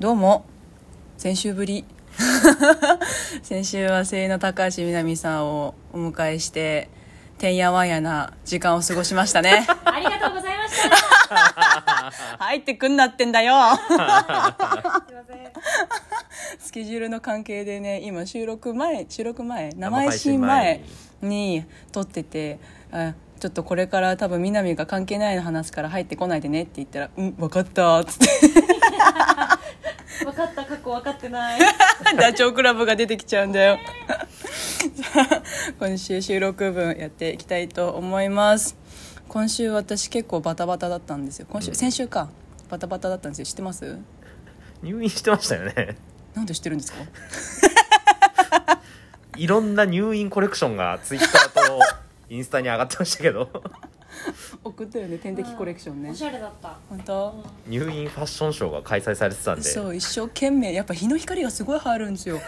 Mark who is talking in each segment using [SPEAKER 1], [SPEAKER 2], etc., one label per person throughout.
[SPEAKER 1] どうも先週ぶり 先週は声優の高橋みなみさんをお迎えしててんやわんやな時間を過ごしましたね
[SPEAKER 2] ありがとうございました。す
[SPEAKER 1] 入ってくんなってんだよ
[SPEAKER 2] いません。
[SPEAKER 1] スケジュールの関係でね今収録前収録前生
[SPEAKER 3] 配
[SPEAKER 1] 配信
[SPEAKER 3] 信前
[SPEAKER 1] 前に撮っててあちょっとこれから多分みなみが関係ないの話すから入ってこないでねって言ったら「うん分かった」っつって
[SPEAKER 2] 分かった過去分かってない。
[SPEAKER 1] ダチョウ倶楽部が出てきちゃうんだよ さあ今週収録分やっていきたいと思います今週私結構バタバタだったんですよ今週、先週かバタバタだったんですよ知ってます
[SPEAKER 3] 入院してましたよね
[SPEAKER 1] なんで知ってるんですか
[SPEAKER 3] いろんな入院コレクションがツイッターとインスタに上がってましたけど
[SPEAKER 1] 送ったよね点滴コレクションね
[SPEAKER 2] おしゃれだった。
[SPEAKER 1] 本当
[SPEAKER 3] 入院ファッションショーが開催されてたんで
[SPEAKER 1] そう一生懸命やっぱ日の光がすごい入るんです よ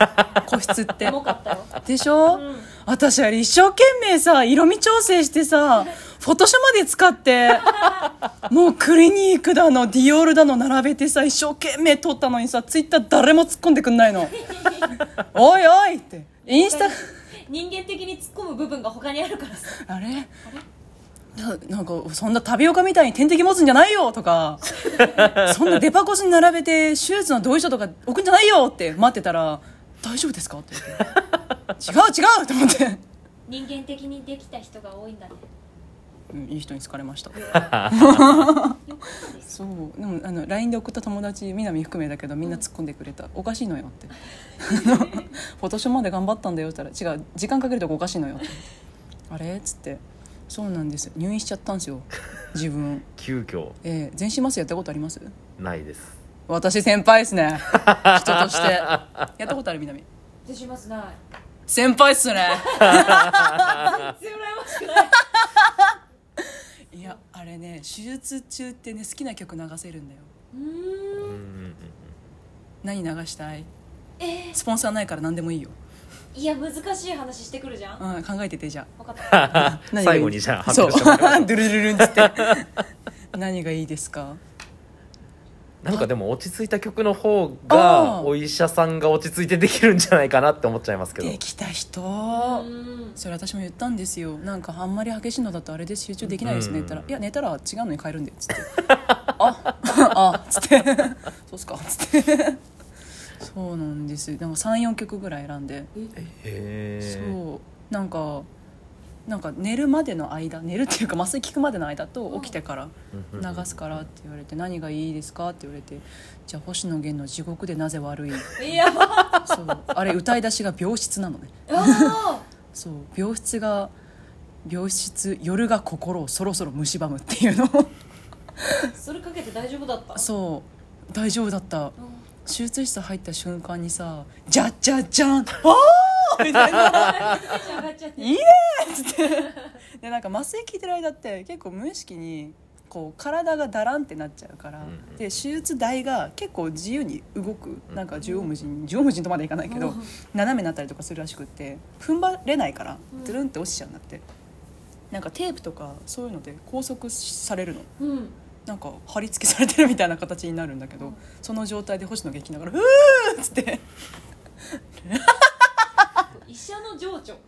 [SPEAKER 1] 個室って
[SPEAKER 2] エモかったよ。
[SPEAKER 1] でしょ、
[SPEAKER 2] うん
[SPEAKER 1] 私あれ一生懸命さ色味調整してさフォトショーまで使って もうクリニークだのディオールだの並べてさ一生懸命撮ったのにさツイッター誰も突っ込んでくんない のおいおいってインスタ
[SPEAKER 2] 人間的に突っ込む部分が他にあるからさ。
[SPEAKER 1] あれななんかそんなタピオカみたいに点滴持つんじゃないよと かそんなデパコスに並べて手術の同意書とか置くんじゃないよって待ってたら大丈夫ですかって言 って違う違うと思って、
[SPEAKER 2] 人間的にできた人が多いんだね。
[SPEAKER 1] うん、いい人に好かれました
[SPEAKER 2] よかったです。
[SPEAKER 1] そうでもあの LINE で送った友達南含めだけどみんな突っ込んでくれた「おかしいのよ」って「あの フォトショーまで頑張ったんだよ」って言ったら「違う時間かけるとこおかしいの よ」って「あれ?」っつって「そうなんです入院しちゃったんですよ自分、
[SPEAKER 3] 急遽
[SPEAKER 1] えー全身麻酔やったことあります
[SPEAKER 3] ないです
[SPEAKER 1] 私先輩ですね人としてやったことある南
[SPEAKER 2] 私しますない。
[SPEAKER 1] 先輩っすね
[SPEAKER 2] 全然羨ましくない。
[SPEAKER 1] いやあれね手術中ってね好きな曲流せるんだよ
[SPEAKER 2] うー
[SPEAKER 3] うん
[SPEAKER 2] ん。
[SPEAKER 3] うんうん
[SPEAKER 1] 何流したい
[SPEAKER 2] え
[SPEAKER 1] スポンサーないから何でもいいよ、
[SPEAKER 2] ー、いや難しい話してくるじゃん。
[SPEAKER 1] うん、考えててじゃあ
[SPEAKER 2] 分か った。
[SPEAKER 1] 何がいい
[SPEAKER 3] 最後にじゃあ発
[SPEAKER 1] そう
[SPEAKER 3] 表してもらいましょ
[SPEAKER 1] ドゥルルルンっつって何がいいですか
[SPEAKER 3] なんかでも落ち着いた曲の方
[SPEAKER 1] あー
[SPEAKER 3] がお医者さんが落ち着いてできるんじゃないかなって思っちゃいますけど
[SPEAKER 1] できた人
[SPEAKER 2] うーん。
[SPEAKER 1] それ私も言ったんですよなんかあんまり激しいのだとあれで集中できないですね言
[SPEAKER 3] う
[SPEAKER 1] っ
[SPEAKER 3] ん
[SPEAKER 1] たら「いや寝たら違うのに変えるんで」っつって 「ああっ」つ って「そうっすか」っつってそうなんですなんか34曲ぐらい選んで
[SPEAKER 3] へえ
[SPEAKER 1] そうなんかなんか寝るまでの間寝るっていうか麻酔効くまでの間と起きてから流すからって言われて「何がいいですか?」って言われて「じゃあ星野源の地獄でなぜ悪い?
[SPEAKER 2] い や。あ」
[SPEAKER 1] そうあれ歌い出しが病室なのね
[SPEAKER 2] あ
[SPEAKER 1] そう病室が病室夜が心をそろそろ蝕むっていうのを
[SPEAKER 2] ー。それかけて大丈夫だった。
[SPEAKER 1] そう大丈夫だった
[SPEAKER 2] うん。
[SPEAKER 1] 手術室入った瞬間にさ「じゃじゃじゃん!」「おーみたいな
[SPEAKER 2] テンション上がっちゃ
[SPEAKER 1] 「
[SPEAKER 2] って。
[SPEAKER 1] いいね!」っつって でなんか麻酔効いてる間って結構無意識にこう体がだらんってなっちゃうから、
[SPEAKER 3] うんうん
[SPEAKER 1] で手術台が結構自由に動くなんか縦横無尽に縦横無尽とまでいかないけど、
[SPEAKER 2] うん
[SPEAKER 1] 斜めになったりとかするらしくって踏ん張れないから
[SPEAKER 2] うん
[SPEAKER 1] ドゥルンって落ちちゃうんだって、なんかテープとかそういうので拘束されるの
[SPEAKER 2] うん。
[SPEAKER 1] なんか貼り付けされてるみたいな形になるんだけど、
[SPEAKER 2] うん
[SPEAKER 1] その状態で星野が聞きながら「うー!」っつって
[SPEAKER 2] 医者の情緒。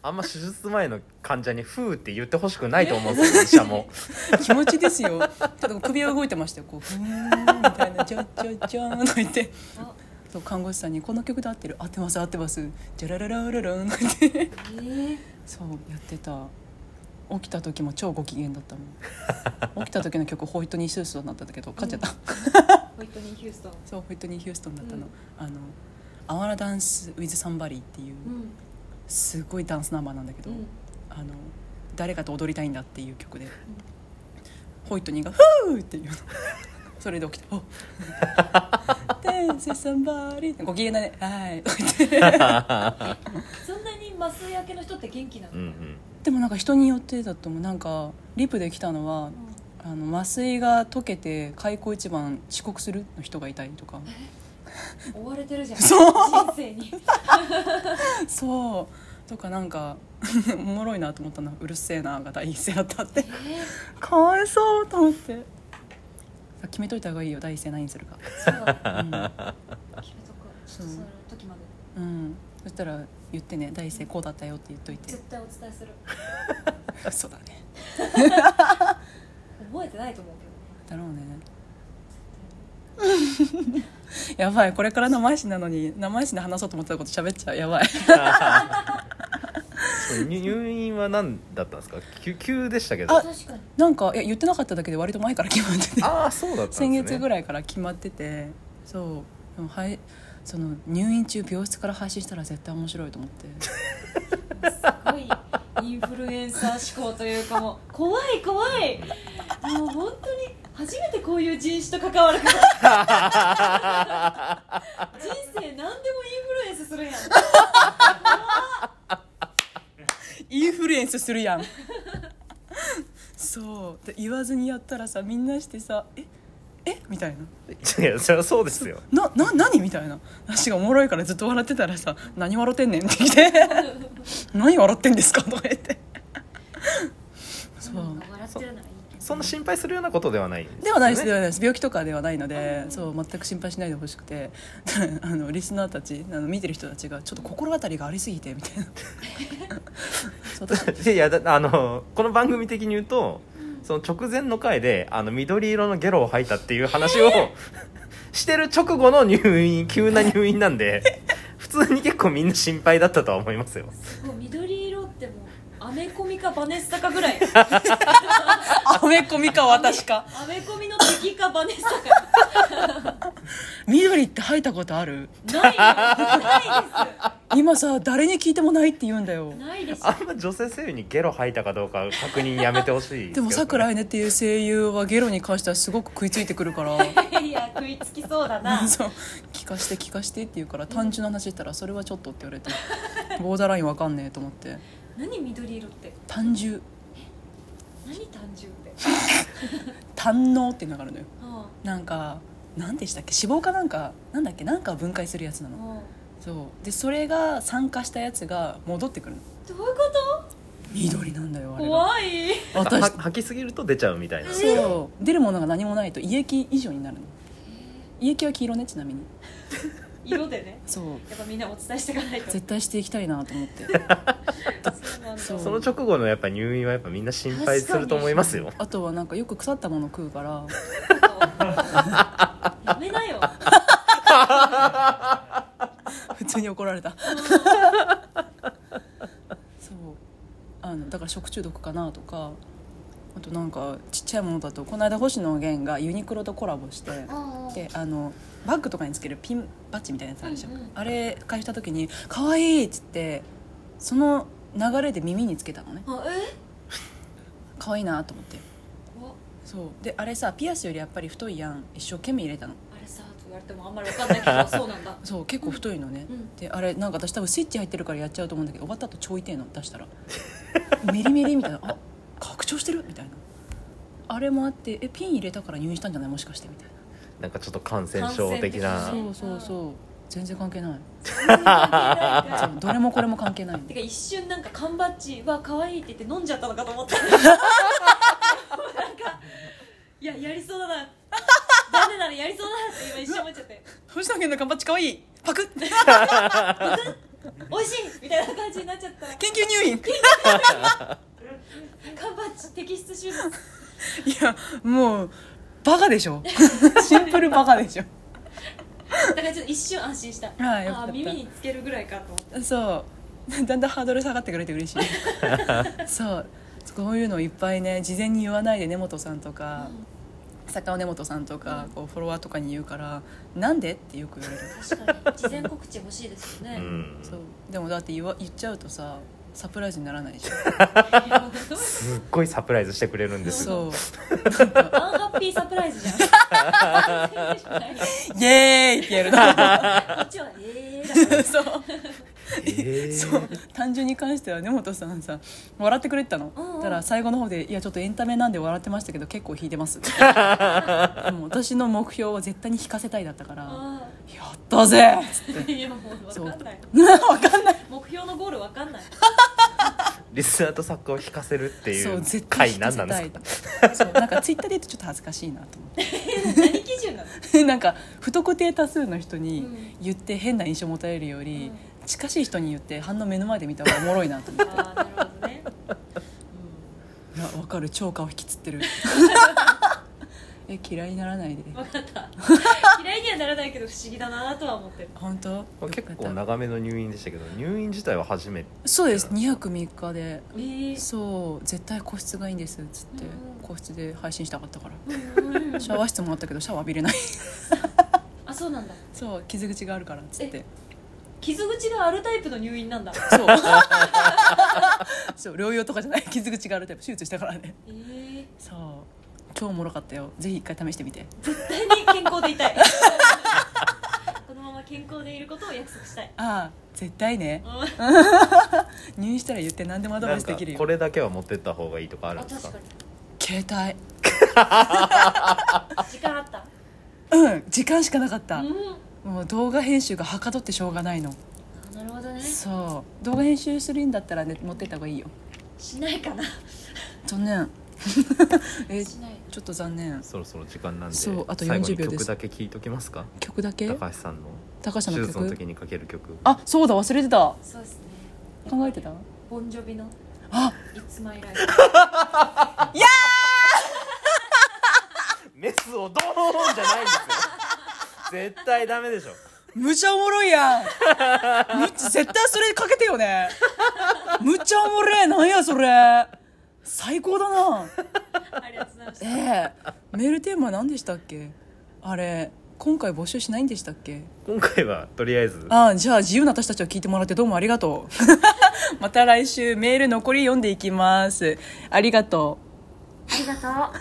[SPEAKER 3] あんま手術前の患者に「ふう」って言ってほしくないと思うんですよ医者 も
[SPEAKER 1] 気持ちですよちょっと首が動いてましたよこう「ふーん」みたいな「じゃじゃじゃーん」とか言って。
[SPEAKER 2] あ、
[SPEAKER 1] そう看護師さんに「この曲で合ってる合ってます合ってます」「ジャラララララン」って
[SPEAKER 2] えー。
[SPEAKER 1] そうやってた起きた時も超ご機嫌だったもん起きた時の曲ホイットニー・ヒューストンだったんだけど勝っちゃった、
[SPEAKER 2] ホイットニーヒューストン。
[SPEAKER 1] そうホイットニー・ヒューストンだったの「
[SPEAKER 2] うん
[SPEAKER 1] あのアワラダンス・ウィズ・サンバリー」っていう
[SPEAKER 2] うん。
[SPEAKER 1] すごいダンスナンバーなんだけ
[SPEAKER 2] う
[SPEAKER 1] ど、
[SPEAKER 2] ん。
[SPEAKER 1] あの誰かと踊りたいんだっていう曲で、ホイットニーが「フー!」っていうのそれで起きて「お Dance somebody」ご機嫌だね「はい」とか言って
[SPEAKER 2] そんなに麻酔明けの人って元気なの、
[SPEAKER 3] うんうん
[SPEAKER 1] でもなんか人によってだと思うなんかリプで来たのはあの麻酔が溶けて開口一番遅刻するの人がいたりとか
[SPEAKER 2] 追われてるじゃん
[SPEAKER 1] そう
[SPEAKER 2] 人 生に
[SPEAKER 1] そうとかなんかおもろいなと思ったのは「うるせえな」が第一声だったって
[SPEAKER 2] えー
[SPEAKER 1] かわいそうと思って決めといた方がいいよ第一声何にするか、
[SPEAKER 2] そうだ
[SPEAKER 1] う
[SPEAKER 2] ね決めとくち
[SPEAKER 1] そ
[SPEAKER 2] ょ
[SPEAKER 1] う
[SPEAKER 2] っとその時まで
[SPEAKER 1] んうん、そしたら言ってね第一声こうだったよって言っとい て
[SPEAKER 2] 絶対お伝えする
[SPEAKER 1] そうだね
[SPEAKER 2] 覚えてないと思うけ
[SPEAKER 1] だ
[SPEAKER 2] ど
[SPEAKER 1] ろうねやばいこれから生配信なのに生配信で話そうと思ってたこと喋っちゃうやばい
[SPEAKER 3] そう入入院は何だったんですか急急でしたけど
[SPEAKER 1] あ
[SPEAKER 2] 確かに
[SPEAKER 1] なんかいや言ってなかっただけで割と前から決まってて
[SPEAKER 3] ああそうだったんですね
[SPEAKER 1] 先月ぐ
[SPEAKER 3] らい
[SPEAKER 1] らいから決まっててそうでもはいその入院中病室から配信したら絶対面白いと思って
[SPEAKER 2] すごいインフルエンサー思考というかもう怖い怖いもう本当に初めてこういう人種と関わるから人生何でもインフルエンスするやん
[SPEAKER 1] インフルエンスするやんそうで言わずにやったらさみんなしてさ「ええみたいな
[SPEAKER 3] やいやそりゃそうですよ
[SPEAKER 1] 「なな何?」みたいな私がおもろいからずっと笑ってたらさ「何笑ってんねん」って来て 「何笑ってんですか?」とか言ってそう
[SPEAKER 2] 笑ってるならいいけど
[SPEAKER 3] そんな心配するようなことではないんですよね、
[SPEAKER 1] ではないです、ではないです病気とかではないので、
[SPEAKER 2] うん
[SPEAKER 1] そう全く心配しないでほしくて あのリスナーたちあの見てる人たちがちょっと心当たりがありすぎてみたいなそう私
[SPEAKER 3] いやいやだあのこの番組的に言うとその直前の回であの緑色のゲロを吐いたっていう話 を、してる直後の入院急な入院なんで普通に結構みんな心配だったとは思いますよ
[SPEAKER 2] もう緑色ってもうアメコミかバネッサかぐらい
[SPEAKER 1] アメコミか私か
[SPEAKER 2] アメコミの敵かバネッサか
[SPEAKER 1] 緑って吐いたことある
[SPEAKER 2] ないよ
[SPEAKER 1] 今さ誰に聞いてもないって言うんだよ
[SPEAKER 2] ないですないです
[SPEAKER 3] あんま女性声優にゲロ吐いたかどうか確認やめてほしいすけどね
[SPEAKER 1] でもさくらえねっていう声優はゲロに関してはすごく食いついてくるから
[SPEAKER 2] いや食いつきそうだ な
[SPEAKER 1] そう聞かして聞かしてって言うから単純な話言ったらそれはちょっとって言われて ボーダーラインわかんねえと思って
[SPEAKER 2] 何緑色って
[SPEAKER 1] 単純
[SPEAKER 2] 何単純って
[SPEAKER 1] 単能っていうのがあるのよ
[SPEAKER 2] あ
[SPEAKER 1] なんか何でしたっけ脂肪かなんかなんだっけなんか分解するやつな
[SPEAKER 2] あ
[SPEAKER 1] の
[SPEAKER 2] も
[SPEAKER 1] そうでそれが酸化したやつが戻ってくるの
[SPEAKER 2] うどういうこ
[SPEAKER 1] 緑なんだよあ
[SPEAKER 2] と
[SPEAKER 1] れが
[SPEAKER 2] 怖いえ
[SPEAKER 3] は
[SPEAKER 1] 私
[SPEAKER 3] 吐きすぎると出ちゃうみたいな
[SPEAKER 1] そう出るものが何もないと胃液以上になるの胃液は黄色ねちなみに
[SPEAKER 2] 色でね
[SPEAKER 1] そう
[SPEAKER 2] やっぱみんなお伝えしていかないと
[SPEAKER 1] 絶対していきたいなと思って
[SPEAKER 2] そうなんだ
[SPEAKER 1] そう
[SPEAKER 3] その直後のやっぱ入院はやっぱみんな心配すると思いますよ
[SPEAKER 1] あとはなんかよく腐ったもの食うから
[SPEAKER 2] やめなよ
[SPEAKER 1] 普通に怒られたそうあのだから食中毒かなとかあとなんかちっちゃいものだとこの間星野源がユニクロとコラボしてであのバッグとかにつけるピンバッジみたいなやつあるじゃん、
[SPEAKER 2] うんうん
[SPEAKER 1] あれ買いした時に「可愛いっつってその流れで耳につけたのね
[SPEAKER 2] あえ
[SPEAKER 1] 可愛いなと思って
[SPEAKER 2] 怖っ
[SPEAKER 1] そうであれさピアスよりやっぱり太いやん一生懸命入れたの
[SPEAKER 2] あれさと言われてもあんまりわかんないけどそうなんだ
[SPEAKER 1] そう結構太いのね、
[SPEAKER 2] うん
[SPEAKER 1] であれなんか私多分スイッチ入ってるからやっちゃうと思うんだけど終わった後超痛いの出したら メリメリみたいなあ拡張してるみたいなあれもあってえピン入れたから入院したんじゃないもしかしてみたいな
[SPEAKER 3] なんかちょっと感染症的
[SPEAKER 2] あ
[SPEAKER 3] な
[SPEAKER 2] 感染
[SPEAKER 1] そうそうそう、全然関係ない
[SPEAKER 2] て
[SPEAKER 1] そうどれもこれも関係ないん
[SPEAKER 2] か
[SPEAKER 1] で
[SPEAKER 2] 一瞬なんか缶バッジは可愛いって言って飲んじゃったのかと思った なんかいややりそうだなダメならやりそうだなって今一瞬思っちゃって
[SPEAKER 1] 星野源の缶バッチかわいいパ クッ緊
[SPEAKER 2] 美味しいみたいな感じになっちゃった
[SPEAKER 1] 急入院
[SPEAKER 2] 缶バッジ摘出手術
[SPEAKER 1] いやもうバカでしょ シンプルバカでしょ
[SPEAKER 2] だからちょっと一瞬安心したあ
[SPEAKER 1] ああよかった
[SPEAKER 2] ー耳につけるぐらいかと思って
[SPEAKER 1] そうだんだんハードル下がってくれて 嬉しいそうこういうのをいっぱいね事前に言わないで根本さんとか、作家の根本さんとか、こうフォロワーとかに言うから「なんで?」ってよく言われる、
[SPEAKER 2] 確かに事前告知欲しいですよ
[SPEAKER 3] う
[SPEAKER 2] ね、
[SPEAKER 3] ん
[SPEAKER 1] そうでもだって言わ言っちゃうとさサプライズにならないじゃ
[SPEAKER 3] すっごいサプライズしてくれるんで
[SPEAKER 1] ん
[SPEAKER 3] すよ
[SPEAKER 1] そう
[SPEAKER 2] アンハッピーサプライズじゃんこ
[SPEAKER 1] 「イエーイ!」ってやる
[SPEAKER 2] っちはええー、だか
[SPEAKER 1] のそう
[SPEAKER 3] えー
[SPEAKER 1] そう単純に関しては根本さんさ笑ってくれてたの、
[SPEAKER 2] うんうん
[SPEAKER 1] たら最後の方で「いやちょっとエンタメなんで笑ってましたけど結構引いて ます」もう私の目標を絶対に引かせたいだったから「
[SPEAKER 2] ら
[SPEAKER 1] や
[SPEAKER 2] あ
[SPEAKER 1] ったぜ!」っつっ
[SPEAKER 2] ーいやもう分かんない
[SPEAKER 1] て わかんない
[SPEAKER 2] 目標のゴールわかんない
[SPEAKER 3] リスナーと作家を引かせるってい
[SPEAKER 1] そう
[SPEAKER 3] う
[SPEAKER 1] 絶対
[SPEAKER 3] 回
[SPEAKER 1] 引か
[SPEAKER 3] 何
[SPEAKER 1] せ
[SPEAKER 3] なんで
[SPEAKER 1] た
[SPEAKER 3] す
[SPEAKER 1] い
[SPEAKER 3] か
[SPEAKER 1] そうなんかツイッターで言うとちょっと恥ずかしいなと思って
[SPEAKER 2] 何基準なの
[SPEAKER 1] なんか不特定多数の人
[SPEAKER 2] う
[SPEAKER 1] に
[SPEAKER 2] ん
[SPEAKER 1] 言って変な印象を持たれるより、
[SPEAKER 2] う
[SPEAKER 1] 近しい人に言って反応目の前で見た方がおもろいなと思っ
[SPEAKER 2] ああなるほどね、
[SPEAKER 1] ていやわかる超顔引きつってるえ嫌いにならないで
[SPEAKER 2] うん、分かった嫌いにはならないけど不思議だなとは思ってる
[SPEAKER 1] 本当よかった
[SPEAKER 3] 結構長めの入院でしたけど入院自体は初めて
[SPEAKER 1] そうです2泊3日で
[SPEAKER 2] えー
[SPEAKER 1] そう絶対個室がいいんですっつって、
[SPEAKER 2] うん
[SPEAKER 1] 個室で配信したかったから
[SPEAKER 2] うん
[SPEAKER 1] シャワー室もあったけどシャワー浴び れない
[SPEAKER 2] あそうなんだ
[SPEAKER 1] そう傷口があるからっつって
[SPEAKER 2] 傷口があるタイプの入院なんだ
[SPEAKER 1] そうそう療養とかじゃない傷口があるタイプ手術したからね
[SPEAKER 2] えー、
[SPEAKER 1] そう超おもろかったよぜひ一回試してみて
[SPEAKER 2] 絶対に健康でいたいこのまま健康でいることを約束したい
[SPEAKER 1] ああ絶対ね
[SPEAKER 2] うん
[SPEAKER 1] 入院したら言って何でもアドバイ
[SPEAKER 3] なん
[SPEAKER 1] スで
[SPEAKER 3] か
[SPEAKER 1] きる
[SPEAKER 3] こ
[SPEAKER 1] よ
[SPEAKER 3] れだけは持ってった方がいいとかあるんですか
[SPEAKER 2] 確かに
[SPEAKER 1] 携
[SPEAKER 2] 時間あった
[SPEAKER 1] 帯うん時間しかなかった、
[SPEAKER 2] うん
[SPEAKER 1] もう動画編集がはかどってしょうがないの
[SPEAKER 2] あなるほどね
[SPEAKER 1] そう動画編集するんだったらね持ってった方がいいよ
[SPEAKER 2] しないかな
[SPEAKER 1] 残念 え
[SPEAKER 2] しない
[SPEAKER 1] ちょっと残念
[SPEAKER 3] そろそろ時間なんで
[SPEAKER 1] そうあと
[SPEAKER 3] 最後
[SPEAKER 1] 40
[SPEAKER 3] に
[SPEAKER 1] 秒です
[SPEAKER 3] 曲だけ聴いときますか
[SPEAKER 1] 曲だけ
[SPEAKER 3] 高橋さんの
[SPEAKER 1] 高橋さ
[SPEAKER 3] 手
[SPEAKER 1] んの
[SPEAKER 3] 術の
[SPEAKER 1] 曲
[SPEAKER 3] 時にかける曲
[SPEAKER 1] あそうだ忘れてた
[SPEAKER 2] そうですね
[SPEAKER 1] 考えてた
[SPEAKER 2] ボンジョビの
[SPEAKER 1] あ
[SPEAKER 2] 「It's My Life」
[SPEAKER 3] メスをドーンじゃないんですよ絶対ダメでしょ
[SPEAKER 1] むちゃおもろいやんむ絶対それかけてよねむちゃおもれえなんやそれ最高だな
[SPEAKER 2] ありがとうございまし
[SPEAKER 1] え
[SPEAKER 2] た
[SPEAKER 1] えメールテーマ何でしたっけあれ今回募集しないんでしたっけ
[SPEAKER 3] 今回はとりあえず
[SPEAKER 1] ああじゃあ自由な私たちを聞いてもらってどうもありがとう また来週メール残り読んでいきますありがとう
[SPEAKER 2] ありがとう